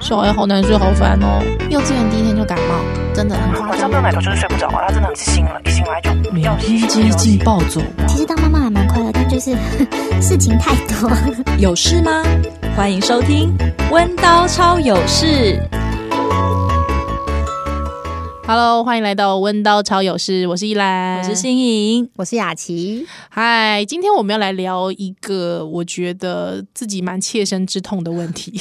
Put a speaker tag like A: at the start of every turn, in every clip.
A: 小孩好难睡，好烦哦。幼稚园第一天就感冒，真的很夸
B: 晚
A: 张
B: 上没。有奶头就是睡不着啊，他真的很醒了，一醒来就
A: 每
B: 要洗
A: 天接近暴走，
C: 其实当妈妈还蛮快乐，但就是 事情太多。
D: 有事吗？欢迎收听《温刀超有事》。
A: Hello，欢迎来到温刀超有事，我是依兰，
D: 我是新颖，
E: 我是雅琪，
A: 嗨，今天我们要来聊一个我觉得自己蛮切身之痛的问题，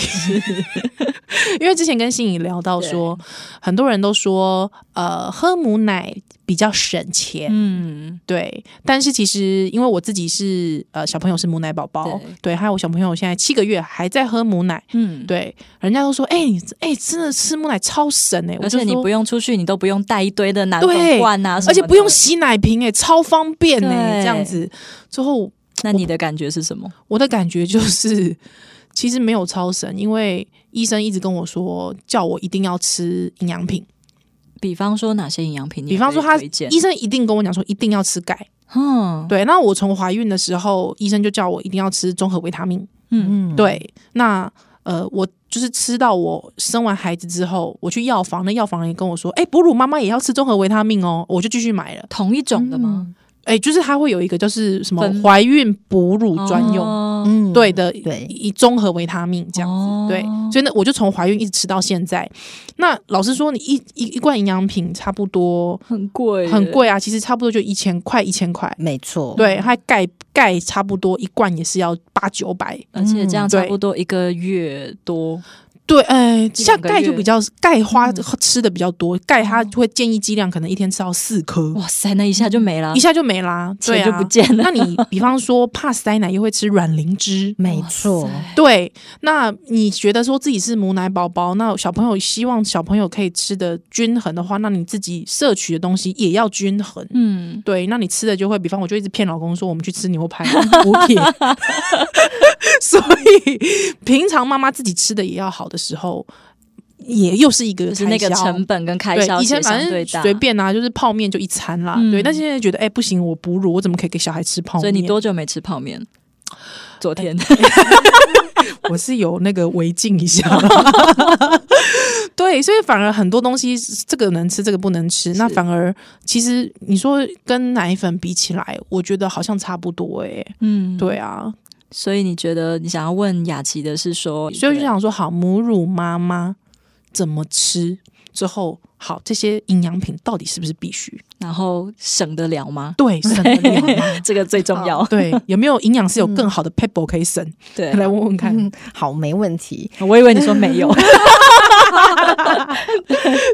A: 因为之前跟欣颖聊到说，很多人都说，呃，喝母奶比较省钱，
D: 嗯，
A: 对。但是其实因为我自己是呃小朋友是母奶宝宝，对，还有我小朋友现在七个月还在喝母奶，
D: 嗯，
A: 对，人家都说，哎、你哎、真的吃母奶超省哎、我
D: 而
A: 就
D: 且你
A: 说
D: 不用出去，你都不用带一堆的奶
A: 对
D: 粉罐啊，什
A: 而
D: 么的
A: 且不用洗奶瓶哎、超方便哎、
D: 对
A: 这样子。最后
D: 那你的感觉是什么？
A: 我的感觉就是，其实没有超神，因为医生一直跟我说，叫我一定要吃营养品。
D: 比方说哪些营养品你可以
A: 比方说他，
D: 推荐？
A: 医生一定跟我讲说，一定要吃钙。
D: 嗯，
A: 对，那我从怀孕的时候，医生就叫我一定要吃综合维他命。
E: 嗯，
A: 对，那呃，我就是吃到我生完孩子之后，我去药房，那药房人也跟我说，哎、哺乳妈妈也要吃综合维他命哦，我就继续买了。
D: 同一种的吗？
A: 哎、就是它会有一个就是什么
D: 分
A: 怀孕哺乳专用。
D: 用，
E: 嗯
A: 对，的，
E: 对
A: 一综合维他命这样子，
D: 哦
A: 对，所以呢，我就从怀孕一直吃到现在。那老实说，你一一一罐营养品差不多
D: 很贵，
A: 很。贵啊，其实差不多就一千块，一千块。
E: 没错，
A: 对，它钙钙差不多一罐也是要八九百。
D: 而且这样
A: 嗯
D: 差
A: 对
D: 不多一个月多，
A: 对，哎、
D: 个
A: 像钙就
D: 月嗯哦
A: 比较钙花吃的比较多，钙它会建议剂量可能一天吃到四颗，
D: 哇塞，那一下就没了
A: 嗯一，下就没啦，对啊，
D: 钱就不见 了
A: 那你比方说怕塞奶，又会吃软磷 脂，
E: 没错，
A: 对，那你觉得说自己是母奶宝宝，那小朋友希望小朋友可以吃的均衡的话，那你自己摄取的东西也要均衡。
D: 嗯，
A: 对，那你吃的就会，比方我就一直骗老公说我们去吃牛排 补铁，所以平常妈妈自己吃的也要好的时候，也又是一个
D: 就是那个
A: 开销
D: 成本跟开
A: 对，
D: 销
A: 以前
D: 协商
A: 反
D: 对
A: 正
D: 打
A: 随便啊，就是泡面就一餐啦。
D: 嗯
A: 对，但现在觉得哎、不行，我哺乳，我怎么可以给小孩吃泡面？
D: 所以哦你多哎久没吃泡面？昨天
A: 我是有那个违禁一下， 对，所以反而很多东西这个能吃，这个不能吃，那反而其实你说跟奶粉比起来，我觉得好像差不多哎、
D: 嗯，
A: 对啊，
D: 所以你觉得你想要问雅琪的是说，
A: 所以我就想说，好，母乳妈妈怎么吃之后，好这些营养品到底是不是必须？
D: 然后省得了吗？
A: 对，省得了吗？
D: 这个最重要。
A: 对，有没有营养是有更好的 people 可以省？
D: 对，
A: 来问问看。
E: 嗯，好，没问题。
D: 我以为你说没有，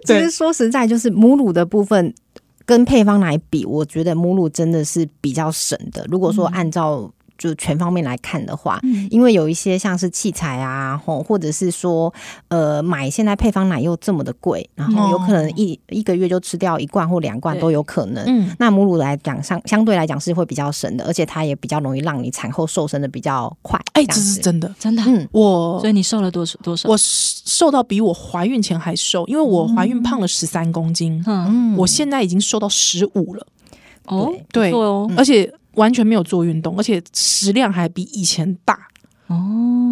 E: 其
A: 对
E: 实说实在，就是母乳的部分跟配方来比，我觉得母乳真的是比较省的。如果说按照就全方面来看的话，因为有一些像是器材啊，吼，或者是说呃买现在配方奶又这么的贵，然后有可能一、一个月就吃掉一罐或两罐
D: 对
E: 都有可能。
A: 嗯，
E: 那母乳来讲，相相对来讲是会比较省的，而且它也比较容易让你产后瘦身的比较快。
A: 哎、这
E: 这样
A: 是
E: 子，
A: 真的。
D: 真的。
E: 嗯，
A: 我
D: 所以你瘦了多少多少？
A: 我瘦到比我怀孕前还瘦，因为我怀孕胖了十三公斤，
D: 嗯
A: 我现在已经瘦到十五了，
D: 哦
A: 对
D: 不错哦
A: 而且完全没有做运动，而且食量还比以前大。
D: 哦，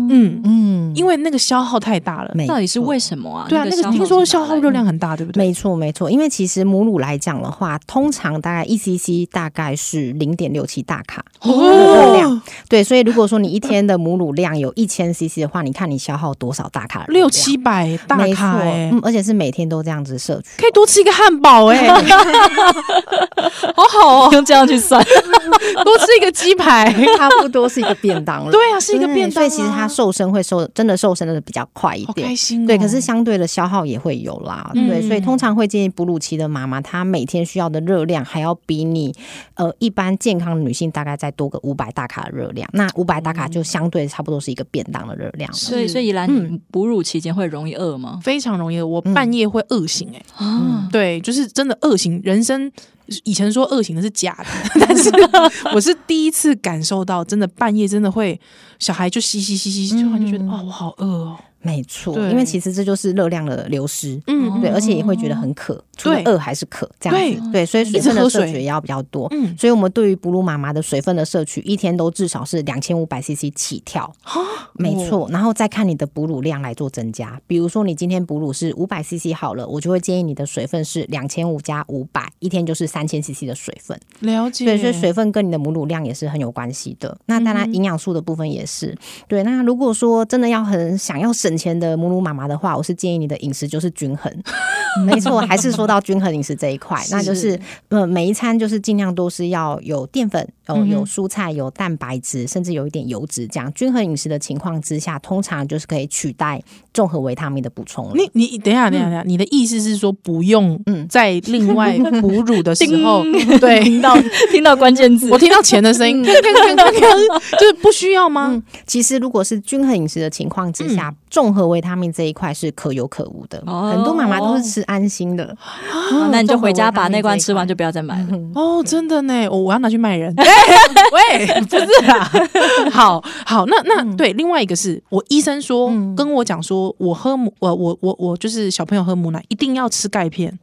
A: 嗯，
E: 嗯，
A: 因为那个消耗太大了。
E: 没
D: 到底是
E: 错
D: 为什么嗯啊？
A: 对啊，那
D: 消
A: 个
D: 耗
A: 听说
D: 是哪
A: 消
D: 来
A: 耗热 量很嗯大，对不对？
E: 没错，没错，因为其实母乳来讲的话，通常大概一 cc 大概是零点六七大卡，
A: 哦
E: 热量，对，所以如果说你一天的母乳量有一千 cc 的话，你看你消耗多少大卡的热量？
A: 六七百大
E: 没错
A: 卡哎、
E: 嗯，而且是每天都这样子摄 取。
A: 可以多吃一个汉堡 哎、好好哦，
D: 用这样去算，
A: 多吃一个鸡 排。
E: 差不多是一个便当了，
A: 对啊，是一个便当、
E: 所
A: 啊，
E: 以其实它瘦身会瘦，真的瘦身的比较快一
A: 好
E: 点
A: 开。心、哦。
E: 对，可是相对的消耗也会有啦，
A: 嗯
E: 对，所以通常会建议哺乳期的妈妈，她每天需要的热量还要比你呃一般健康的女性大概再多个五百大卡的热量，那五百大
A: 哦
E: 卡就相对差不多是一个便当的热量了。
A: 嗯
D: 所以所以兰，你哺乳期间会容易饿吗？
A: 非常容易，我
E: 嗯
A: 半夜会饿醒哎、
D: 啊，
A: 对，就是真的恶行。人生以前说恶行的是假 的，但是我是第一次感受到，真的半夜真的会小孩就吸吸吸吸，突然就觉
E: 嗯
A: 得、哦，我好饿哦。
E: 没错，
A: 对
E: 因为其实这就是热量的流失，
A: 嗯，
E: 对，而且也会觉得很渴，除了
A: 对
E: 饿还是渴这样子，对，所以水
A: 一直
E: 分的
A: 喝
E: 摄
A: 水
E: 取也要比较多。
A: 嗯，
E: 所以，我们对于哺乳妈妈的水分的摄取，一天都至少是两千五百 CC 起跳，没
A: 哦
E: 错。然后再看你的哺乳量来做增加。比如说，你今天哺乳是五百 CC 好了，我就会建议你的水分是两千五加五百，一天就是三千 CC 的水分。
A: 了解。
E: 对，所以水分跟你的母乳量也是很有关系的。那当然，营养素的部分也是。对，那如果说真的要很想要省钱的母乳妈妈的话，我是建议你的饮食就是均衡。没错，还是说到均衡饮食这一块，那就是呃，每一餐就是尽量都是要有淀粉，哦、有蔬菜，有蛋白质，甚至有一点油脂，这样均衡饮食的情况之下，通常就是可以取代综合维他命的补充了。
A: 你你等一下等一下等一下，你的意思是说不用
E: 嗯
A: 在另 外哺乳的时候，对
D: 听到 听到关键字
A: 我，听到钱的声音，
E: 嗯
A: 看看看看看，就是不需要吗？
E: 其实，如果是均衡饮食的情况之下，综合维他命这一块是可有可无的。
D: 嗯哦
E: 很多妈妈都是吃安心的，嗯
D: 好那你就回家把那罐吃完，
E: 就。
D: 就不要再买了。
E: 嗯
A: 哦，真的呢，我我要拿去 卖人。喂， 不是
E: 啊
A: 啦，好好，那那、对，另外一个是我医生说、
E: 嗯
A: 跟我讲说，我喝母，我我我我就是小朋友喝母奶一定要吃钙片，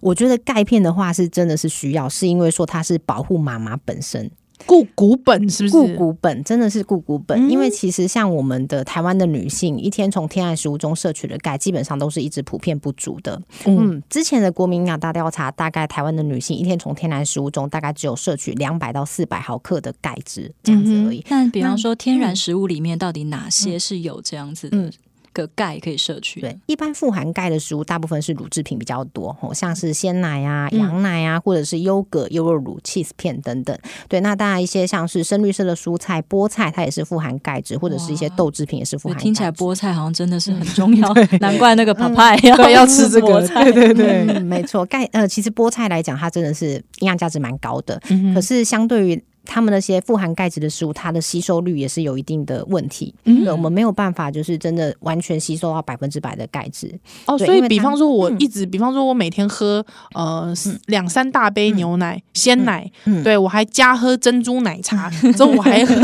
E: 我觉得钙片的话是真的是需要，是因为说它是保护妈妈本身，
A: 固骨本是不
E: 固
A: 是？
E: 骨本真的是固骨本。
A: 嗯
E: 因为其实像我们的台湾的女性，一天从天然食物中摄取的钙，基本上都是一直普遍不足的。
A: 嗯，
E: 嗯，之前的国民营养大调查，大概台湾的女性一天从天然食物中大概只有摄取两百到四百毫克的钙质这样子而已。
D: 但比方说，天然食物里面到底哪些是有这样子的
E: 嗯
D: 个钙可以摄取的？
E: 对，一般富含钙的食物大部分是乳制品比较多，吼，像是鲜奶啊、羊奶啊，或者是优格、优酪乳、cheese 片等等。对，那当然一些像是深绿色的蔬菜、菠菜，它也是富含钙质，或者是一些豆制品也是富
D: 所以
E: 含钙质。
D: 听起来菠菜好像真的是很重要，难怪那个 p a
A: 对，要吃这个，
D: 菠菜
A: 对对对，
E: 嗯，没错，钙呃，其实菠菜来讲，它真的是营养价值蛮高的，
A: 嗯
E: 可
A: 哼
E: 是相对于。它们那些富含钙质的食物，它的吸收率也是有一定的问题。
A: 嗯
E: 对，我们没有办法就是真的完全吸收到百分之百的钙质。
A: 哦，
E: 对
A: 所以
E: 因为
A: 比
E: 它嗯
A: 方说，我一直，比方说，我每天喝呃两三大杯牛奶、鲜奶，
E: 嗯
A: 对我还加喝珍珠奶茶，之后我还喝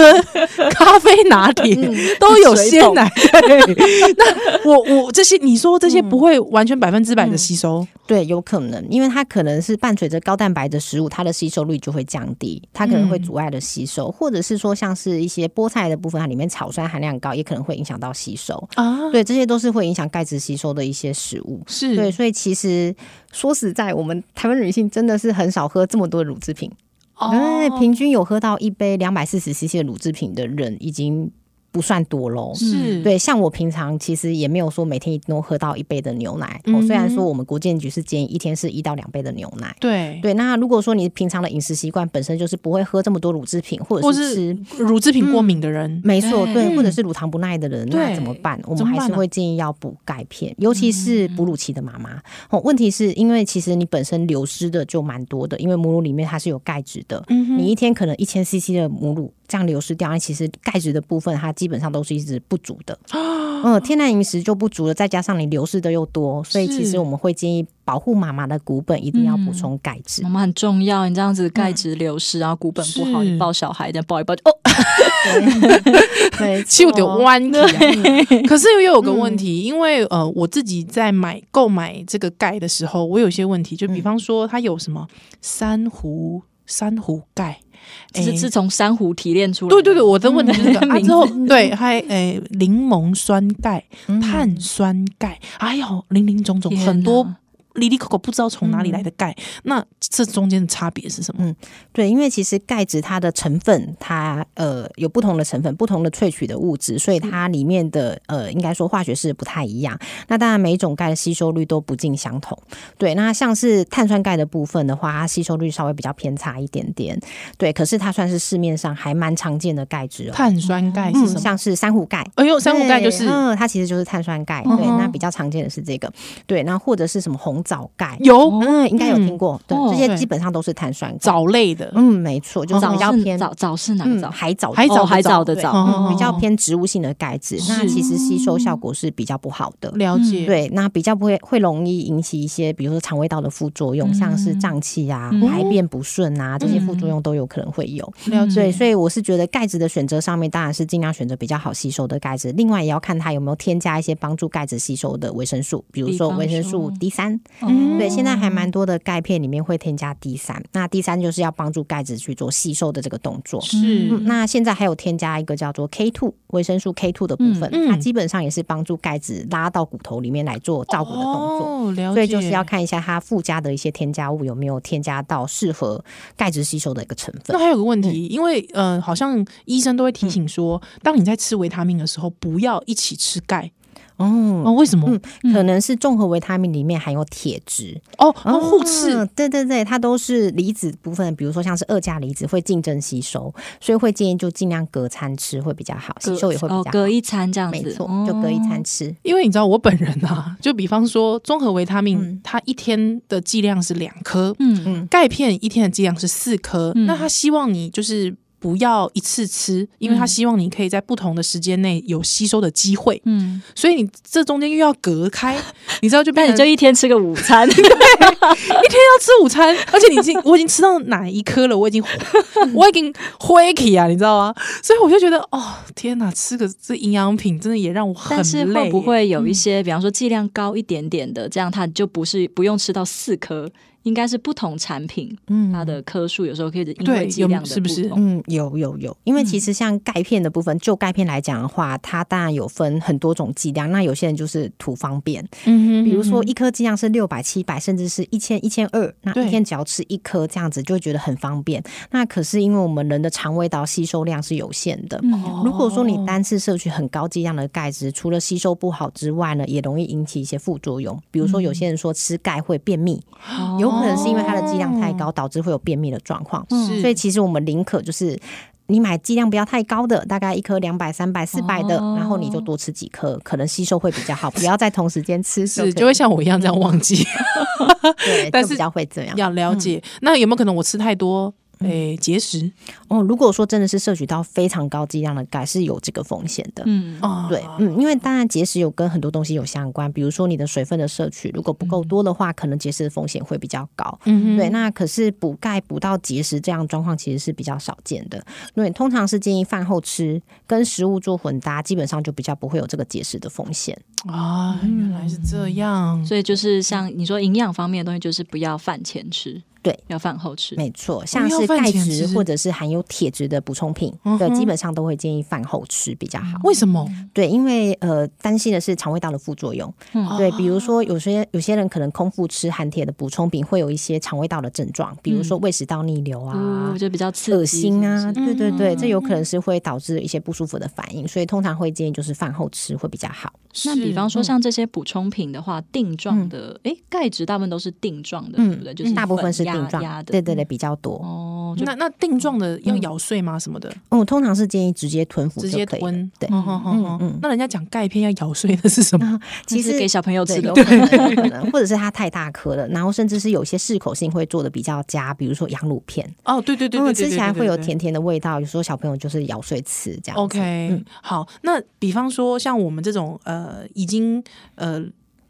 A: 咖啡拿铁，
E: 嗯
A: 都有鲜奶。 对那我我这些，你说这些
E: 嗯
A: 不会完全百分之百的吸收？
E: 对，有可能，因为它可能是伴随着高蛋白的食物，它的吸收率就会降低，它可能
A: 嗯
E: 会阻碍了吸收，或者是说像是一些菠菜的部分，它里面草酸含量高，也可能会影响到吸收。
A: 啊，
E: 对，这些都是会影响钙质吸收的一些食物。
A: 是，
E: 对，所以其实说实在，我们台湾女性真的是很少喝这么多乳制品。
A: 哦
E: 哎，平均有喝到一杯两百四十 CC 的乳制品的人，已经不算多喽。
A: 是，
E: 嗯对，像我平常其实也没有说每天一定都喝到一杯的牛奶。
A: 嗯
E: 哦，
A: 哼
E: 虽然说我们国健局是建议一天是一到两杯的牛奶。
A: 对。
E: 对，那如果说你平常的饮食习惯本身就是不会喝这么多乳制品，或
A: 或
E: 者
A: 是
E: 是吃，
A: 乳制
E: 嗯
A: 品过敏的人，
E: 没错，
D: 对
E: 对，
A: 嗯
E: 或者是乳糖不耐的人，那
A: 对
E: 怎么办？我
A: 怎么
E: 们还
A: 办
E: 是
A: 呢嗯
E: 会建议要补钙片，尤其是哺乳期的妈妈。哦，问题是因为其实你本身流失的就蛮多的，因为母乳里面它是有钙质的，
A: 嗯哼
E: 你一天可能一千 CC 的母乳这样流失掉，那其实钙质的部分它基本上都是一直不足 的。嗯，天然饮食就不足了，再加上你流失的又多，所以其
A: 是嗯
E: 实我们会建议保护妈妈的骨本一定要补充钙质
D: 妈。妈很重要，你这样子钙质流失，然后骨本不好，
A: 是
D: 你抱小孩这样抱一抱就哦，
E: 对，
A: 就得
E: 对
A: 弯起可是又有个问
D: 嗯
A: 题，因为呃，我自己在买购买这个钙的时候，我有些问题，就
D: 嗯
A: 比方说它有什么珊瑚珊瑚钙，
D: 这是
A: 诶
D: 是从珊瑚提炼出来的。
A: 对对对，我的问题 就是这个、
D: 嗯
A: 啊，
D: 名字
A: 之后对，还诶柠檬酸钙、
E: 嗯
A: 碳酸钙，哎呦，零零总总
D: 嗯天啊哪
A: 很多。里里口口不知道从哪里来的钙，那这中间的差别是什么？
E: 对，因为其实钙质它的成分，它呃有不同的成分，不同的萃取的物质，所以它里面的呃应该说化学式不太一样。那当然每一种钙的吸收率都不尽相同。对，那像是碳酸钙的部分的话，它吸收率稍微比较偏差一点点。对，可是它算是市面上还蛮常见的钙质哦。
A: 碳酸钙是
E: 嗯，
A: 什么？
E: 像是珊瑚钙，
A: 哎呦，珊瑚钙就是
E: 对嗯，它其实就是碳酸钙。对，
A: 嗯
E: 那比较常见的是这个。对，那或者是什么红枣钙，
A: 有
E: 嗯，应该有听过。对，
D: 哦
E: 这些
A: 对
E: 基本上都是碳酸钙。
A: 藻类的，
E: 嗯，没错，就是
D: 早
E: 比较
D: 哦是
E: 偏
D: 早早是哪个
E: 嗯
D: 早？
E: 海藻
A: 海藻
E: 哦
A: 的
E: 海
D: 藻
E: 藻
D: 的
E: 对
D: 藻
E: 嗯比较
A: 哦
E: 偏植物性的钙质，那
A: 是
E: 其实吸收效果是比较不好的。
A: 了解。
E: 对，那比较不会会容易引起一些，比如说肠胃道的副作用，像是胀气啊、
D: 嗯
E: 排便不顺啊，这些副作用都有可能会有。
A: 了解。
E: 对，所以我是觉得钙质的选择上面，当然是尽量选择比较好吸收的钙质，另外也要看它有没有添加一些帮助钙质吸收的维生素，比如
D: 比
E: 说
D: 方
E: 维生
D: 说
E: 素 D 三
D: 嗯
E: 对，现在还蛮多的钙片里面会添加 D 三，那 D 三就是要帮助钙质去做吸收的这个动作。
A: 是
E: 嗯那现在还有添加一个叫做 K two 维生素 K two 的部分，
A: 嗯嗯
E: 它基本上也是帮助钙质拉到骨头里面来做照顾的动作。
A: 哦，了解，
E: 所以就是要看一下它附加的一些添加物有没有添加到适合钙质吸收的一个成分
A: 那。还有个问题，因为呃，好像医生都会
E: 嗯
A: 提醒说，当你在吃维他命的时候，不要一起吃钙哦。
E: 哦，
A: 为什么？
E: 嗯可能是综合维他命里面含有铁质，
A: 哦，哦互斥
E: 嗯对对对，它都是离子部分，比如说像是二价离子会竞争吸收，所以会建议就尽量隔餐吃会比较好，吸收也会比较
D: 哦
E: 好。
D: 隔一餐哦这样子，
E: 没错，就隔一餐吃。
A: 因为你知道我本人啊，就比方说综合维他命，
E: 嗯
A: 它一天的剂量是两颗，
D: 嗯
A: 钙片一天的剂量是四颗，
D: 嗯
A: 那他希望你就是。不要一次吃，因为他希望你可以在不同的时间内有吸收的机会，
D: 嗯，
A: 所以你这中间又要隔 开，你知道就
D: 那
A: 变
D: 你
A: 成
D: 就一天吃个午餐，
A: 一天要吃午餐，而且你已经 我已经吃到哪一颗了，我已经 我已经灰起啊，你知道吗？所以我就觉得哦，天哪，吃个这营养品真的也让我很累。
D: 但是会不？会
E: 嗯
D: 有一些，比方说剂量高一点点的，这样它就不是不用吃到四颗，应该是不同产品，
E: 嗯
D: 它的颗数有时候可以因
A: 对
D: 为剂量
A: 有
D: 的
A: 是不是
D: 同
E: 嗯，有有有，因为其实像钙片的部分，就钙片来讲的话，它当然有分很多种剂量。那有些人就是图方便，
A: 嗯哼
E: 比如说一颗剂量是六百、七百，甚至是一千、一千二，那
A: 对
E: 一天只要吃一颗，这样子就会觉得很方便。那可是因为我们人的肠胃道吸收量是有限的。
D: 嗯
A: 哦
E: 如果说你单次摄取很高剂量的钙质，除了吸收不好之外呢，也容易引起一些副作用。比如说，有些人说吃钙会便秘，
A: 哦
E: 有可能是因为它的剂量太高，导致会有便秘的状况。
A: 是
E: 所以其实我们宁可就是你买剂量不要太高的，大概一颗两百、三百、四百的，
D: 哦
E: 然后你就多吃几颗，可能吸收会比较好，不要在同时间吃可以，
A: 是就会像我一样这样忘记，
E: 对，
A: 但
E: 就是比较会这样。
A: 要了解。
D: 嗯
A: 那有没有可能我吃太多？诶，节食
E: 哦，如果说真的是摄取到非常高剂量的钙，是有这个风险的。
D: 嗯
A: 啊，
E: 对，嗯，因为当然节食有跟很多东西有相关，比如说你的水分的摄取如果不够多的话，可能节食的风险会比较高。
A: 嗯哼
E: 对，那可是补钙补到结石这样的状况其实是比较少见的，对，通常是建议饭后吃，跟食物做混搭，基本上就比较不会有这个结石的风险。
A: 啊，原来是这样。
D: 所以就是像你说营养方面的东西，就是不要饭前吃，
E: 对，
D: 要饭后吃。
E: 没错，像
A: 哦要
E: 是
A: 饭
E: 钙
A: 前
E: 质
A: 吃嗯
E: 或者是含有铁质的补充品，对，基本上都会建议饭后吃比较好。
A: 为什么？
E: 对，因为呃，担心的是肠胃道的副作用。
D: 嗯
E: 对，比如说有些有些人可能空腹吃含铁的补充品，会有一些肠胃道的症状，比如说胃食道逆流啊。
D: 哦，就比较刺激
E: 恶心
D: 是
E: 啊，
D: 不是
E: 对对对，这有可能是会导致一些不舒服的反应，所以通常会建议就是饭后吃会比较好。
D: 那
A: 是嗯
D: 比方
E: 嗯
D: 说像这些补充品的话，定状的，诶，钙质大部分都是定状的，对不对？就是
E: 嗯大部分是
D: 嗯粉
E: 定
D: 压
E: 状
D: 压，的，
E: 对对对，比较多。
D: 哦，就嗯
A: 那那定状的要咬碎吗？什么的，
E: 嗯，我通常是建议直接吞服
A: 直
E: 就
A: 接
E: 可以了。
A: 吞。
E: 对
A: 哦哦哦哦
E: 嗯
A: 那人家讲钙片要咬碎，那是什么？
E: 其
D: 那
E: 实
D: 是给小朋友吃
E: 对，
D: 的哦
E: 有，可 能，有可能，或者是它太大颗了，然后甚至是有一些适口性会做的比较佳，比如说羊乳片，
A: 哦，对对对对，
E: 嗯，
A: 对
E: 吃起来
A: 对对
E: 会有
A: 对
E: 甜甜的味道，有时候小朋友就是咬碎吃这样子。
A: OK，、好，那比方说像我们这种呃，已经呃，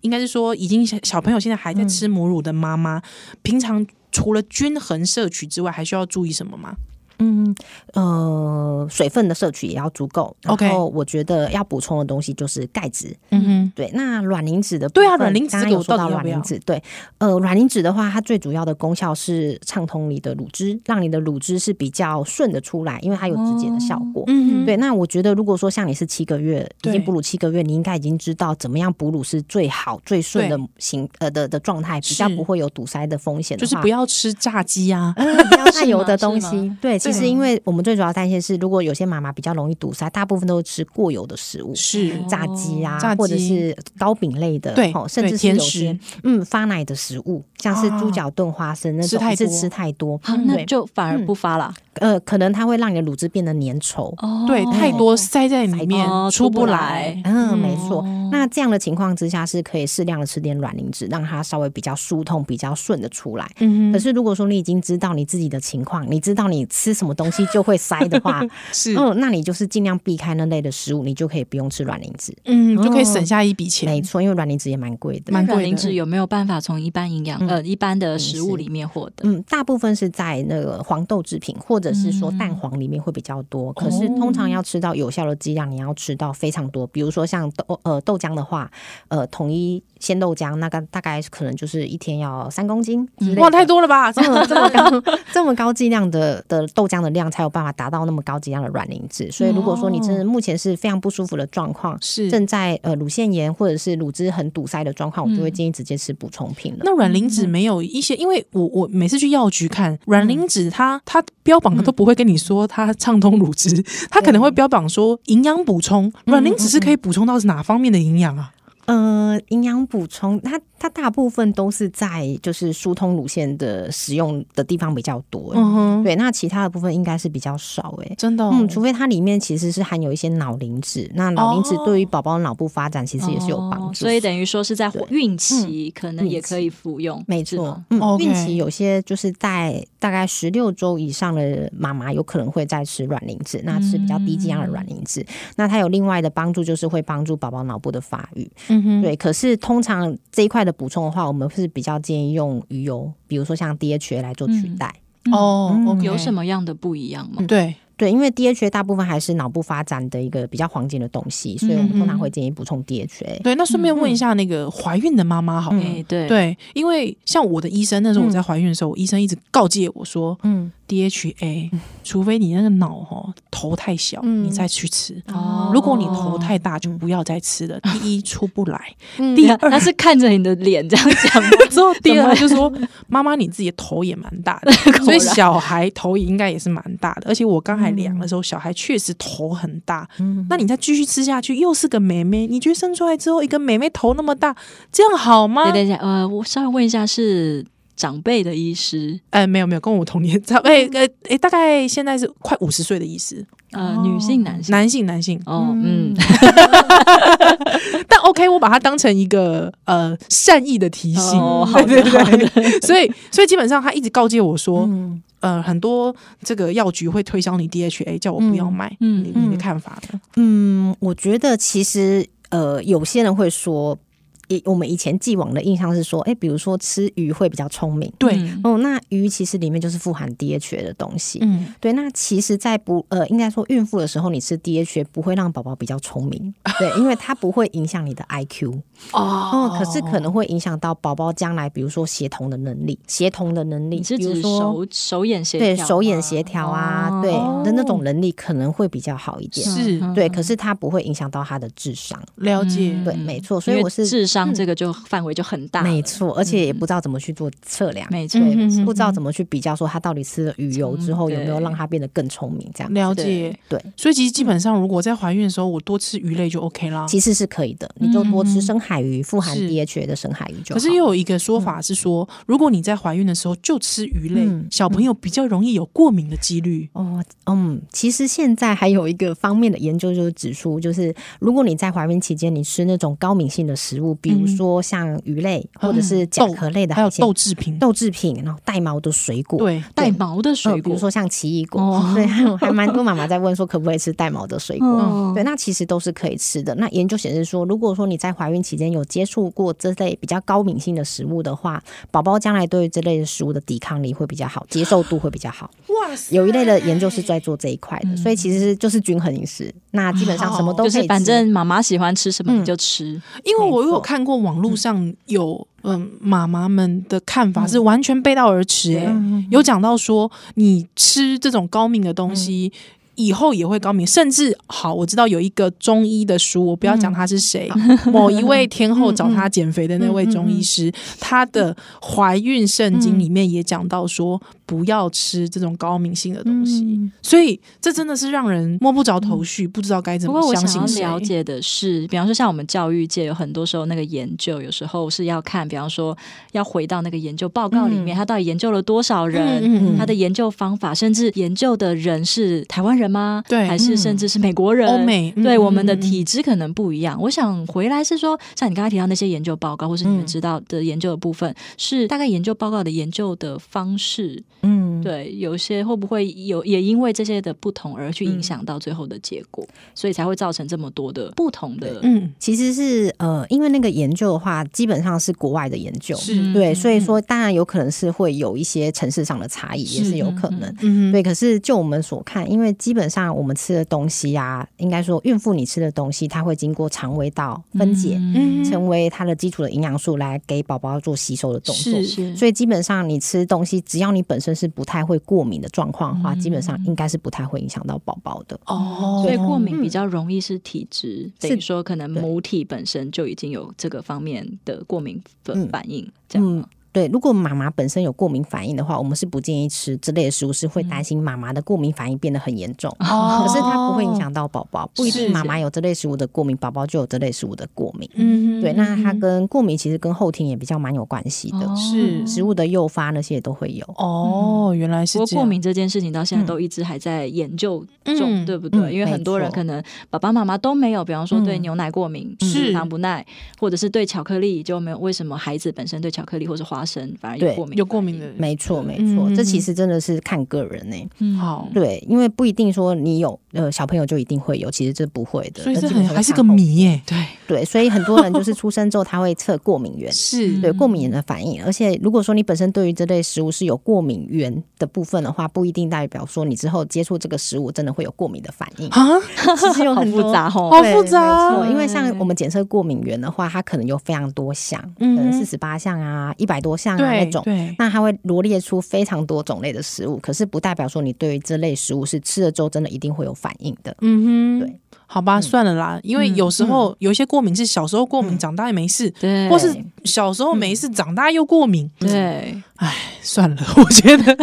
A: 应该是说已经小小朋友现在还在吃母乳的妈妈，
E: 嗯
A: 平常除了均衡摄取之外，还需要注意什么吗？
E: 嗯，呃，水分的摄取也要足够。然
A: OK
E: 后我觉得要补充的东西就是钙质。
A: 嗯哼，
E: 对，那卵磷脂的部
A: 对啊
E: 分
A: 卵磷脂
E: 刚刚
A: 这个
E: 有
A: 我
E: 说
A: 到
E: 到
A: 底要
E: 卵
A: 不要
E: 磷脂，对，呃，卵磷脂的话，它最主要的功效是畅通你的乳汁，让你的乳汁是比较顺的出来，因为它有止碱的效果。
A: 嗯
E: 对，那我觉得如果说像你是七个月已
A: 对
E: 经哺乳七个月，你应该已经知道怎么样哺乳是最好、最顺的
A: 对
E: 形呃的的状态，比较
A: 是
E: 不会有堵塞的风险的
A: 就
E: 话，
A: 是不要吃炸鸡啊，
E: 嗯，比较
D: 是
E: 带油
D: 吗
E: 的
D: 是
E: 东
D: 吗
E: 西。对，其
A: 对
E: 实因为我们最主要担心是，如果有些妈妈比较容易堵塞，大部分都是吃过油的食物。
A: 是
E: 炸鸡啊，
A: 哦炸鸡
E: 或者是糕饼类的，
A: 对
E: 哦甚
A: 对
E: 至是
A: 甜
E: 有
A: 食哦
E: 些嗯发奶的食物，像是猪脚炖花生那
A: 吃
E: 种，
A: 太
E: 一次
A: 多
E: 吃太多，
D: 啊那就反而不发了。
E: 呃，可能它会让你的乳汁变得粘稠。
D: 哦
A: 对，太多塞在里面、
D: 哦
A: 出
D: 出不
A: 不
D: 来
A: 来。
E: 嗯，没错。那这样的情况之下，是可以适量的吃点卵磷脂，让它稍微比较疏通、比较顺的出来。
A: 嗯
E: 可
A: 哼，
E: 是如果说你已经知道你自己的情况，你知道你吃什么东西就会塞的话，
A: 是
E: 嗯，那你就是尽量避开那类的食物，你就可以不用吃卵磷脂。
A: 嗯，就可以
E: 哦
A: 省下一笔
E: 没
A: 钱。
E: 错，因为卵磷脂也蛮贵的，
A: 蛮贵
D: 软
A: 的
D: 磷脂有没有办法从一般营养呃一般的食物里面获得？
E: 嗯，大部分是在那个黄豆制品或者是
A: 嗯
E: 说蛋黄里面会比较
A: 哦
E: 多。可是通常要吃到有效的剂量，你要吃到非常多。比如说像豆呃豆浆的话，呃，统一鲜豆浆，那个大概可能就是一天要三公斤之类的
A: 嗯哇，太多了吧？这么
E: 嗯这么高这么高剂量的的豆浆的量，才有办法达到那么高剂量的软磷脂。所以，如果说你真
A: 哦
E: 的目前是非常不舒服的状况，
A: 是
E: 正在呃乳腺炎或者是乳汁很堵塞的状况，我就会建议直接吃补充品了。
A: 那软磷脂没有一些，因为我我每次去药局看软磷脂它，它标榜它都不会跟你说它畅通乳汁，它可能会标榜说营养补充。软磷脂是可以补充到哪方面的营养啊？
E: 呃，营养补充，它它大部分都是在就是疏通乳腺的使用的地方比较多、欸
A: 嗯哼，
E: 对，那其他的部分应该是比较少诶、欸
A: 真的哦、
E: 嗯，除非它里面其实是含有一些脑磷脂，那脑磷脂
A: 哦
E: 对于宝宝脑部发展其实嗯也是有帮助、
D: 哦所以等于说是在
E: 对
D: 孕期可能也可以服用，
E: 没
D: 是
E: 错
D: 吗，
E: 嗯
A: OK
E: 孕期有些就是在大概十六周以上的妈妈有可能会在吃软磷脂，那吃比较低剂量的软磷脂，那它有另外的帮助就是会帮助宝宝脑部的发育。
A: 嗯哼，
E: 对，可是通常这一块的补充的话，我们是比较建议用鱼油，比如说像 DHA 来做取代。
A: 哦、
E: 嗯
A: o k
D: 有什？么样的不一样吗？
A: 对，
E: 对，因为 DHA 大部分还是脑部发展的一个比较黄金的东西，所以我们通常会建议补充 DHA。
A: 对，那顺便问一下那个怀孕的妈妈好了。
D: 哎，对，
A: 对，因为像我的医生那时候我在怀孕的时候，我医生一直告诫我说
E: 嗯，
A: ，DHA，除非你那个脑哦头太小，
E: 嗯
A: 你再去吃。
D: 哦
A: 如果你头太大，就不要再吃 了。第一出不来，第
D: 那
A: 二
D: 那是看着你的脸这样讲吗，
A: 之后第
D: 怎么
A: 二
D: 了
A: 就说：“妈妈，你自己的头也蛮大 的， 所以小孩头也应该也是蛮大的。而且我刚才量的时候，小孩确实头很大。
D: 嗯
A: 那你再继续吃下去，又是个妹妹，你觉得生出来之后一个妹妹头那么大，这样好吗？”
D: 对，等一下，呃，我稍微问一下，是长辈的医师，
A: 哎，没有没有，跟我同年差不多，哎
D: 嗯
A: 哎哎，大概现在是快五十岁的意思，
D: 呃，女性、男性？
A: 男性男性，
D: 哦，嗯，
A: 但 OK，我把它当成一个呃善意的提醒，
D: 哦好
A: 对
D: 的嗯
A: 对对， 所以所以基本上他一直告诫我说，呃，很多这个药局会推销你 DHA，叫我不要买，
D: 嗯
A: 你你的看法呢？
E: 嗯，我觉得其实呃，有些人会说，以我们以前既往的印象是说，哎，比如说吃鱼会比较聪明。
A: 对，
D: 嗯
E: 哦，那鱼其实里面就是富含 DHA 的东西。
A: 嗯，
E: 对，那其实，在不呃，应该说孕妇的时候，你吃 DHA 不会让宝宝比较聪 明，对，因为它不会影响你的 IQ 哦、可是可能会影响到宝宝将来，比如说协同的能力，协同的能力，
D: 你是
E: 比如
D: 指
E: 说
D: 手手眼协
E: 对
D: 调吗，
E: 手眼协调啊，
D: 哦
E: 对的那种能力可能会比较好一点。
A: 是
D: 嗯
E: 对，可是它不会影响到他的智商，
A: 了解，
E: 对，
D: 嗯
E: 没错，所
D: 因
E: 以
D: 为
E: 我是嗯
D: 智商这个就范围就很大了，
E: 没错，而且也不知道怎么去做测量，
D: 没错
E: 对，，
A: 嗯哼
E: 不知道怎么去比较，说他到底吃了鱼油之后
D: 聪
E: 有
D: 明
E: 没有让他变得更聪明，这样
A: 了解，
E: 对。
A: 所以其实基本上，如果在怀孕的时候，我多吃鱼类就 OK 啦。
E: 其实是可以的，你就多吃深海鱼，富含
A: 嗯是
E: DHA 的深海鱼就好。
A: 可是又有一个说法是说，
D: 嗯
A: 如果你在怀孕的时候就吃鱼类，
E: 嗯
A: 小朋友比较容易有过敏的几率。
E: 哦，嗯，其实现在还有一个方面的研究就是指出，就是如果你在怀孕期间你吃那种高敏性的食物，
A: 嗯
E: 比如说像鱼类、或者是甲壳类的
A: 还
E: 海
A: 有嗯
E: 鲜、
A: 豆制品，
E: 豆制品，然后带毛的水果，
A: 对，
D: 带毛的水
E: 嗯，比
D: 果
E: 如，说像奇异果，
D: 哦
E: 对，还有还蛮多妈妈在问说可不可以吃带毛的水果，
D: 嗯
E: 对，那其实都是可以吃的。那研究显示说，如果说你在怀孕期间有接触过这类比较高敏性的食物的话，宝宝将来对于这类的食物的抵抗力会比较好，接受度会比较 好。
A: 哇塞
E: 有一类的研究是在做这一块的，所以其实就是均衡饮食，那基本上什么都
D: 嗯就
E: 可以吃，
D: 是反正妈妈喜欢吃什么
E: 嗯
D: 你就吃，
A: 哎因为我
E: 没错
A: 有看过网络上有嗯妈妈们的看法是完全背道而驰、欸，
D: 嗯
E: 嗯
A: 有讲到说你吃这种高敏的东西。以后也会高敏，甚至好，我知道有一个中医的书，我不要讲他是谁，某一位天后找他减肥的那位中医师，他的怀孕圣经里面也讲到说，不要吃这种高敏性的东西，
E: 嗯
A: 所以这真的是让人摸不着头绪，不知道该怎
D: 不过
A: 么
D: 我
A: 相
D: 想
A: 信谁。
D: 要了解的是，比方说像我们教育界有很多时候那个研究，有时候是要看，比方说要回到那个研究报告里
E: 嗯
D: 面，他到底研究了多少
A: 嗯
D: 人，
A: 嗯嗯
D: 他的研究方法，甚至研究的人是台湾人吗？
A: 对
D: 还
E: 嗯
D: 是甚至是美国人？
A: 欧美嗯
D: 对、
A: 嗯
D: 我们的
A: 嗯嗯
D: 体质可能不一样。我想回来是说，像你刚才提到那些研究报告，或是你们知道的研究的部分，是大概研究报告的研究的方式，
E: 嗯嗯，
D: 对，有些会不会有也因为这些的不同而去影响到最后的结果，所以才会造成这么多的不同的。
A: 嗯，
E: 其实是呃，因为那个研究的话，基本上是国外的研究，
A: 是
E: 对，所以说当然有可能是会有一些城市上的差异，也
D: 是
E: 是有可能。
A: 嗯
E: 对，可是就我们所看，因为基本上我们吃的东西啊，应该说孕妇你吃的东西，它会经过肠胃道分解，
A: 嗯
E: 成为它的基础的营养素来给宝宝做吸收的动作。
A: 是
D: 是
E: 所以基本上你吃东西，只要你本身是不太会过敏的状况的话，基本
A: 嗯
E: 上应该是不太会影响到宝宝的。
A: 哦，
D: 所以过敏比较容易是体质，等于说可能
E: 对
D: 母体本身就已经有这个方面的过敏的
E: 嗯
D: 反应，这样吗。
E: 对，如果妈妈本身有过敏反应的话，我们是不建议吃这类的食物，是会
A: 嗯
E: 担心妈妈的过敏反应变得很严重。
A: 哦
E: 可是它不会影，响到宝宝，不一
A: 是
E: 定妈妈有这类食物的过敏，宝宝就有这类食物的过敏。
A: 嗯哦
E: 对，那它跟过敏其实跟后庭也比较蛮有关系的，
D: 哦
A: 是
E: 食物的诱发那些也都会有。
A: 哦，原来是
D: 不过
A: 这样
D: 过敏这件事情到现在都一直还在研究中，
A: 嗯
D: 对不对？
E: 嗯
D: 因为很多人
E: 没错
D: 可能爸爸妈妈都没有，比方说对
E: 嗯
D: 牛奶过敏、
A: 是
D: 糖不耐，或者是对巧克力就没有。为什么孩子本身对巧克力或是花生反而有
E: 对
D: 过敏反应？
A: 有过敏的，
E: 没错，没
A: 嗯
E: 错，
A: 嗯
E: 这
A: 嗯
E: 其实真的是看个人呢、
D: 嗯
A: 好，
E: 对，因为不一定说你有呃小朋友就一定会有，其实这不会的，
A: 所以
E: 那
A: 这
E: 基本
A: 很
E: 上
A: 还是
E: 看
A: 个
E: 后。
A: 谜耶，对，。
E: 对，所以很多人就是出生之后他会测过敏 源
A: 是
E: 对过敏源的反应，而且如果说你本身对于这类食物是有过敏源的部分的话，不一定代表说你之后接触这个食物真的会有过敏的反应。
A: 啊，
E: 其实有
D: 好
E: 很
D: 复
E: 多
D: 杂哦。
A: 好
E: 对
A: 复杂啊
E: 没错，因为像我们检测过敏源的话，它可能有非常多项，
A: 嗯
E: 可能四十八项啊、一百多项啊那
A: 对
E: 种。
A: 对，
E: 那它会罗列出非常多种类的食物，可是不代表说你对于这类食物是吃了之后真的一定会有反应的。
A: 嗯哼，
E: 对，
A: 好吧，算了啦，因为有时候有一些过敏是小时候过敏，长大也没事。
D: 对，
A: 或是嗯小时候没事，长大又过敏，
D: 对，
A: 算了，我觉得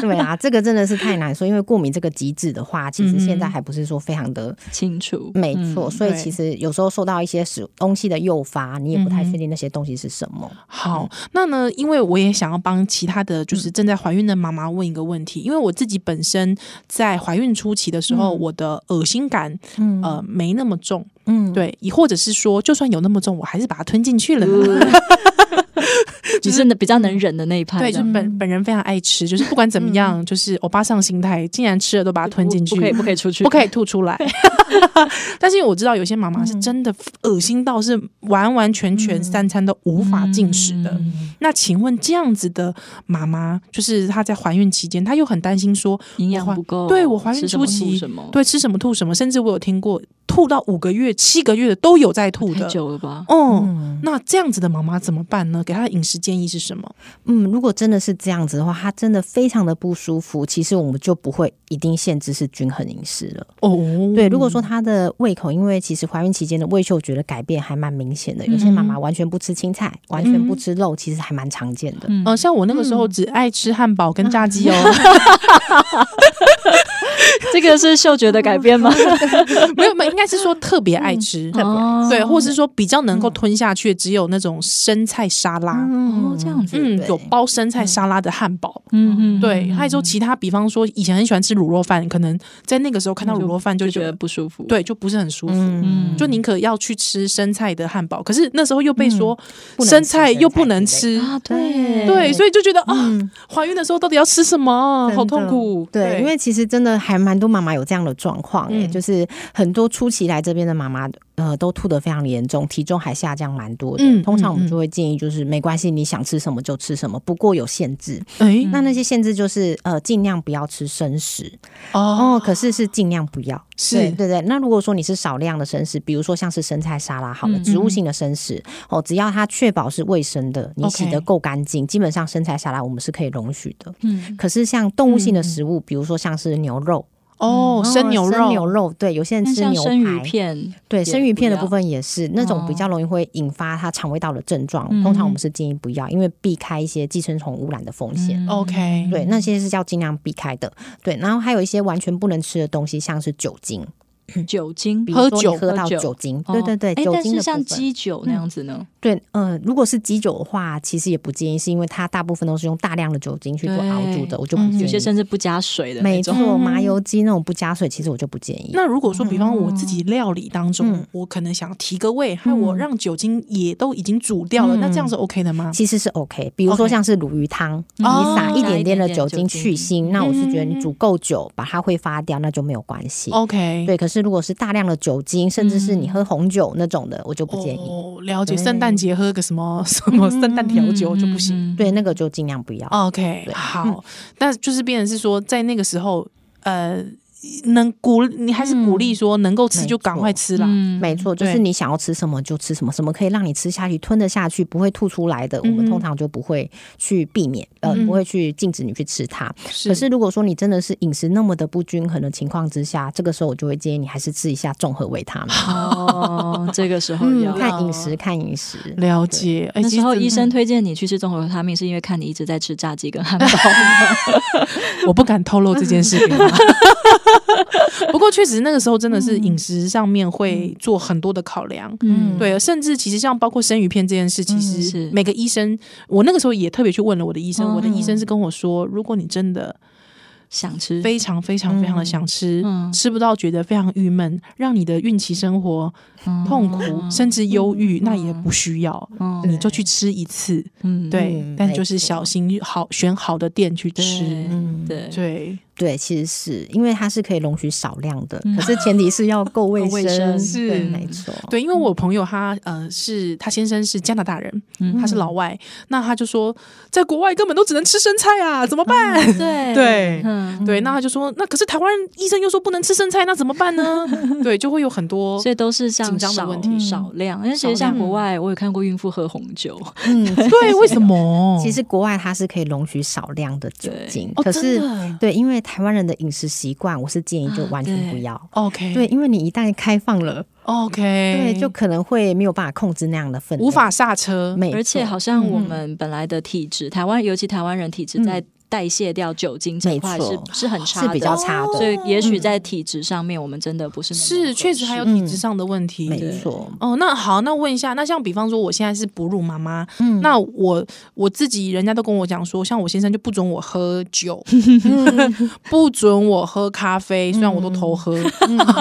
E: 对啊，这个真的是太难说，因为过敏这个机制的话，其实现在还不是说非常的
D: 清楚，
E: 没错，所以
A: 嗯对
E: 其实有时候受到一些食东西的诱发，你也不太
A: 嗯
E: 确定那些东西是什么。
A: 好。
D: 嗯
A: 那呢，因为我也想要帮其他的就是正在怀孕的妈妈问一个问题，因为我自己本身在怀孕初期的时
D: 嗯
A: 候，我的恶心感
E: 嗯
A: 呃没那么重，
E: 嗯，
A: 对，也或者是说，就算有那么重，我还是把它吞进去了呢。
D: 嗯 你是比较能忍的那一派
A: 对，
D: 嗯的，嗯
A: 就是本本人非常爱吃，就是不管怎么样，就是欧巴上心态，竟然吃了都把它吞进去，
D: 不不可以，不可以出去，
A: 不可以吐出来。 但是我知道有些妈妈是
D: 嗯
A: 真的恶心到是完完全全三餐都无法进食的。
D: 嗯
A: 那请问这样子的妈妈，就是她在怀孕期间，她又很担心说
D: 营养
A: 我怀
D: 不够。
A: 对我怀孕
D: 吃什么
A: 初期
D: 吐什么，
A: 对吃什么吐什么，甚至我有听过吐到五个月、七个月的都有在吐
D: 太
A: 的。
D: 久了吧？
A: 哦，那这样子的妈妈怎么办呢？给她的饮食建议是什么？
E: 嗯，如果真的是这样子的话，它真的非常的不舒服。其实我们就不会一定限制是均衡饮食了。
A: 哦，
E: 对，如果说她的胃口，因为其实怀孕期间的胃嗅觉的改变还蛮明显的，有些妈妈完全不吃青菜，完全不吃肉，其实还蛮常见的。
D: 嗯
A: 呃，像我那个时候只爱吃汉堡跟炸鸡 哦，
D: 这个是嗅觉的改变吗？
A: 没有没有，应该是说嗯特别爱吃，
D: 哦
A: 对，或是说比较能够吞下去，只有那种生菜沙拉，
D: 哦，这样子，
A: 嗯，
E: 对
A: 有包生菜沙拉的汉堡。
D: 嗯嗯，
A: 对，还有说其他，比方说以前很喜欢吃卤肉饭，可能在那个时候看到卤肉饭就
D: 就
A: 觉
D: 觉得
A: 得，
D: 不舒服。，
A: 对，就不是很舒服，
E: 嗯，
A: 就宁可要去吃生菜的汉堡。可是那时候又被说
E: 嗯不能吃
A: 生菜又不能
E: 生
A: 吃，
D: 啊，对
A: 对，所以就觉得啊，怀孕的时候到底要吃什么，
E: 嗯真
A: 好
E: 的
A: 痛苦。
E: 对，因为其实真的还蛮多妈妈有这样的状况、欸，
A: 嗯
E: 就是很多初期来这边的妈妈，呃，都吐得非常严重，体重还下降蛮多的。
A: 嗯
E: 通常我
A: 嗯
E: 们
A: 嗯
E: 就会建议，就是没关系，你想吃什么就吃什么，不过有限制。
A: 哎
E: 那那些限制就是，呃，尽量不要吃生食
A: 哦，
E: 哦，可是是尽量不要。对
A: 是
E: 对对，那如果说你是少量的生食，比如说像是生菜沙拉好了，
D: 嗯
E: 植物性的生食哦，只要它确保是卫生的，你
A: OK
E: 洗得够干净，基本上生菜沙拉我们是可以容许的。
D: 嗯，
E: 可是像动物性的食物，比如说像是牛肉、
A: 嗯哦，生牛
E: 嗯生
A: 肉，
E: 牛肉，对，有些人
D: 那
E: 吃
D: 像
E: 牛
D: 生鱼
E: 排。
D: 片，
E: 对
D: 也
E: 生鱼片的
D: 不要
E: 部分也是那种
D: 哦
E: 比较容易会引发它肠胃道的症状，
D: 嗯
E: 通常我们是建议不要，因为避开一些寄生虫污染的风险。
D: 嗯
A: OK，
E: 对，那些是要尽量避开的。对，然后还有一些完全不能吃的东西，像是酒精。
D: 酒精
E: 比如说
A: 喝
E: 你
A: 酒
E: 喝到
D: 喝酒
E: 酒精，
D: 哦
E: 对对对，
D: 哎
E: 酒
D: 但
E: 精
D: 是
E: 的
D: 像
E: 部分。嗯
D: 鸡酒那样子呢，
E: 对，呃，如果是鸡酒的话，其实也不建议，是因为它大部分都是用大量的酒精去做熬煮的，
D: 对
E: 我就不
A: 嗯
E: 建议。
D: 有些甚至不加水的嗯那
E: 没
D: 种
E: 错，，麻油鸡那种不加水，其实我就不建议。
A: 那如果说，比方我自己料理当中，
E: 嗯
A: 我可能想提个味，还有我让酒精也都已经煮掉了，
E: 嗯
A: 那这样是 OK 的吗？
E: 其实是 OK，比如说
A: OK
E: 像是鲈鱼汤，你
A: 哦
E: 撒一点点的酒
D: 撒一点点
E: 精
D: 酒精
E: 去腥，那我是觉得
A: 嗯
E: 你煮够久，把它挥发掉，那就没有关系。
A: OK，
E: 对，可是如果是大量的酒精，甚至是你喝红酒那种的，我就不建议。
A: 嗯哦，了解。圣诞节喝个什 么什么圣诞调酒就不行。
D: 嗯。
E: 对，那个就尽量不要。
A: 哦 OK，好，那就是变成是说，在那个时候，呃，能鼓你还是鼓励说能够吃就赶快吃啦。
D: 嗯
E: 没错，就
A: 对
E: 是你想要吃什么就吃什么，什么可以让你吃下去、吞得下去、不会吐出来的，我
A: 嗯
E: 们通常就不会去避免，呃，
A: 嗯
E: 不会去禁止你去吃它。
A: 是
E: 可是如果说你真的是饮食那么的不均衡的情况之下，这个时候我就会建议你还是吃一下综合维他命，
D: 哦，这个时候
E: 嗯
D: 要
E: 看饮食，看饮食。
A: 了解。哎，
D: 嗯那
A: 其
D: 时
A: 实
D: 候
A: 真
D: 医
A: 的
D: 生推荐你去吃综合维他命，是因为看你一直在吃炸鸡跟汉堡。
A: 我不敢透露这件事给 他。不过确实那个时候真的是饮食上面会做很多的考量。
D: 嗯，
A: 对，甚至其实像包括生鱼片这件事，其实
D: 是
A: 每个医生，我那个时候也特别去问了我的医生，
D: 哦
A: 我的医生是跟我说，如果你真的
D: 想吃，
A: 非常非常非常的想吃，
D: 嗯
A: 吃不到觉得非常郁闷，让你的孕期生活
D: 嗯
A: 痛苦、甚至忧郁，那也不需要，
D: 嗯
A: 你就去吃一次，
D: 嗯
A: 对，
E: 嗯
A: 但
E: 没
A: 就是
E: 错
A: 小心好选好的店去吃，
E: 嗯，
D: 对
A: 对，
E: 对，其实是因为它是可以容许少量的，
D: 嗯
E: 可是前提是要够卫
D: 够卫生
A: 是
E: 对，没错，
A: 对，因为我朋友他呃是他先生是加拿大人，
D: 嗯
A: 他是老外，那他就说在国外根本都只能吃生菜啊，怎么办？
E: 哎
D: 对
A: 对
D: 嗯，
A: 对，那他就说，那可是台湾医生又说不能吃生菜，那怎么办呢？ 对，就会有很多
D: 所以都是像
A: 紧张的
D: 少
A: 问题嗯
D: 少量，因为其实像国外，我有看过孕妇喝红酒，
E: 嗯，
A: 对，为什么？
E: 其实国外它是可以容许少量的酒精，
A: 哦
E: 可是、
A: 真的
E: 对，因为台湾人的饮食习惯，我是建议就
D: 啊
E: 完全不要。
A: OK，
E: 对，因为你一旦开放了，
A: OK，
E: 对，就可能会没有办法控制那样的分量，
A: 无法刹车。
E: 没错，
D: 而且好像
A: 嗯
D: 我们本来的体质，台湾尤其台湾人体质在代谢掉酒精这一
E: 没
D: 块
E: 错
D: 是是很差
E: 是
D: 的，
E: 比较差的，
D: 所以也许在体质上面，我们真的不是那么
A: 嗯是，
D: 合
A: 确实还有
D: 适
A: 体质上的问题。
E: 嗯没错，
A: 哦，那好，那问一下，那像比方说，我现在是哺乳妈妈，
E: 嗯
A: 那我我自己，人家都跟我讲说，像我先生就不准我喝 酒，不准我喝咖啡，虽然
E: 嗯
A: 我都偷喝。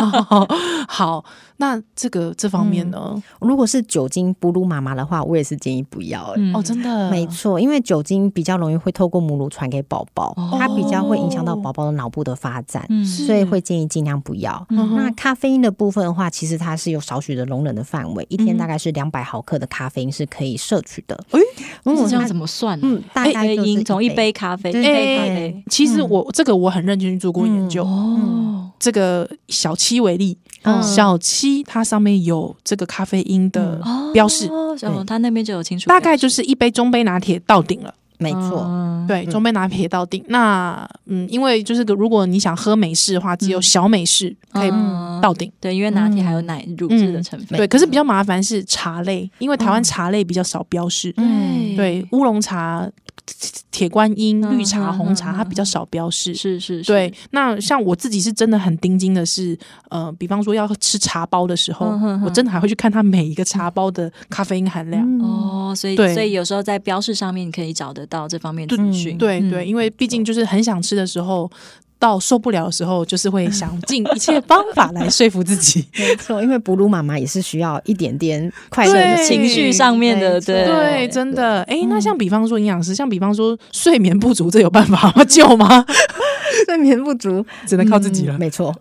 A: 好，那这个这方面呢？
E: 如果是酒精哺乳妈妈的话，我也是建议不要、欸。
D: 嗯
A: 哦，真的，
E: 没错，因为酒精比较容易会透过母乳传给宝宝，它比较会影响到宝宝的脑部的发展，
D: 嗯
E: 所以会建议尽量不要。
A: 嗯哼
E: 那咖啡因的部分的话，其实它是有少许的容忍的范围，一天大概是两百毫克的咖啡因是可以摄取的。
A: 诶
E: 如果
D: 是这样怎
E: 么？
D: 么算呢？
E: 嗯，大概
D: 咖啡
E: 就是
D: 因从一杯咖啡，一
E: 对
D: 杯咖
E: 对
D: 啡，
A: 其实我、这个我很认真去做过研究，
D: 哦，
A: 这个小七为例，
E: 嗯
A: 小七它上面有这个咖啡因的
D: 哦
A: 标示，
D: 哦，他那边就有清楚，
A: 大概就是一杯中杯拿铁到顶了。
E: 没错，
D: 嗯，
A: 对，中杯拿铁到顶。那嗯，因为就是如果你想喝美式的话，只有小美式可以
D: 嗯
A: 到顶。
D: 对，因为拿铁还有奶乳制
A: 嗯
D: 的成分，
A: 对，可是比较麻烦是茶类，因为台
D: 嗯
A: 湾茶类比较少标示。
E: 嗯
A: 对，乌龙茶、铁铁观音、
D: 嗯
A: 绿茶、
D: 嗯
A: 红茶，
D: 嗯
A: 它比较少标示。
D: 是是，是
A: 对，，那像我自己是真的很盯紧的是，呃，比方说要吃茶包的时候，
D: 嗯哼哼
A: 我真的还会去看它每一个茶包的咖啡因含量。
E: 嗯
D: 哦，所以
A: 对
D: 所以有时候在标示上面你可以找得到这方面的
A: 对
D: 资讯，
A: 对对，
E: 嗯
A: 因为毕竟就是很想吃的时候，到受不了的时候，就是会想尽一 切方法来说服自己。
E: 没错，因为哺乳妈妈也是需要一点点快乐
A: 对
E: 的
D: 情绪上面的，
E: 没错
D: 对
A: 对，真的。哎，
E: 嗯
A: 那像比方说营养师，像比方说睡眠不足，这有办法吗？ 救吗？
E: 睡眠不足，
A: 只能靠自己了
E: 嗯。没错，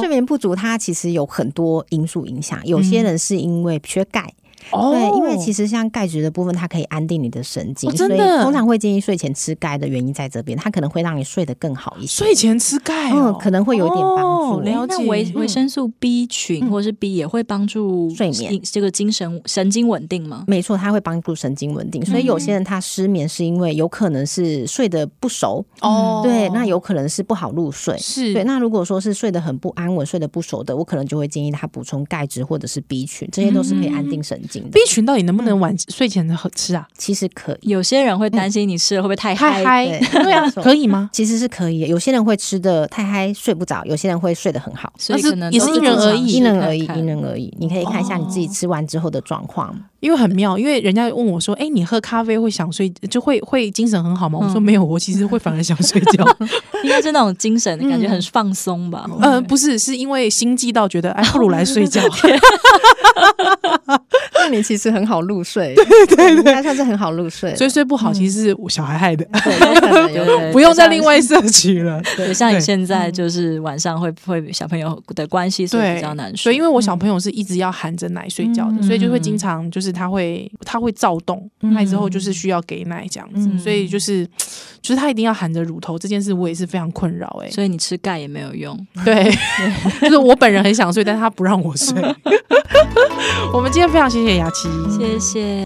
E: 睡眠不足它其实有很多因素影响，有些人是因为缺钙，
A: 嗯哦
E: 对，因为其
A: 实
E: 实像钙质的部分，它可以安定你的神经，
A: 哦真的
E: 所以通常会建议睡前吃钙的原因在这边，它可能会让你睡得更好一些。
A: 睡前吃钙哦，
E: 嗯可能会有一点帮助
A: 哦了解
D: 那维维
A: 嗯
D: 生素 B 群或者是 B 也会帮助
E: 睡眠
D: 精这个精神神经稳定吗？
E: 没错，它会帮助神经稳定，所以有些
A: 嗯
E: 人他失眠是因为有可能是睡得不熟，
A: 哦，
E: 对，那有可能是不好入睡，
A: 是
E: 对，那如果说是睡得
A: 嗯
E: 很不安稳、睡得不熟的，我可能就会建议他补充钙质或者是 B 群，这些都是可以安定神进的
A: B，群到底能不
E: 嗯
A: 能晚睡前喝吃啊？
E: 其实可以，
D: 有些人会担心你吃了会不会太嗨，
A: 嗯太嗨，
E: 对
A: 对啊
E: 没，错
A: 可以吗？
E: 其实是可以的。有些人会吃的太嗨睡不着，有些人会睡得很好，
D: 所以
A: 哦但是
D: 可能
A: 也
D: 都
A: 是
D: 是
A: 因人
D: 正
A: 而
D: 常
A: 异
D: 试
E: 因人
D: 看
E: 而异，
D: 看
E: 因人而异。你可以看一下你自
A: 哦
E: 己吃完之后的状况。
A: 因为很妙，因为人家问我说：“哎，你喝咖啡会想睡，就会会精神很好吗？”我说：“
D: 嗯
A: 没有，我其实会反而想睡 觉。
D: 应该是那种精神的感觉，
A: 嗯
D: 很放松吧？”
A: 呃，不是，是因为心悸到觉得，哎， 不如来睡觉。
E: 那你其实很好入睡， 对对对，应该算是很好入 睡
A: 所以睡不好其实是我小孩害的，
E: 对，有可能有可能
D: 嗯对
A: 呃不用再另外摄取 了。
D: 对，像你
A: 对嗯
D: 现在就是晚上会会小朋友的关系，所以比较难
A: 所以
D: 睡嗯
A: 因。为我小朋友是一直要含着奶睡觉的，所以就会经常就是他会他会躁动，那之后就是需要给奶这样子，
D: 嗯
A: 所以就是就是他一定要含着乳头这件事，我也是非常困扰哎、
D: 所以你吃钙也没有用。
A: 对，就是我 本人很想睡，但是他不让我睡。我们今天非常谢谢雅琪，
D: 谢谢，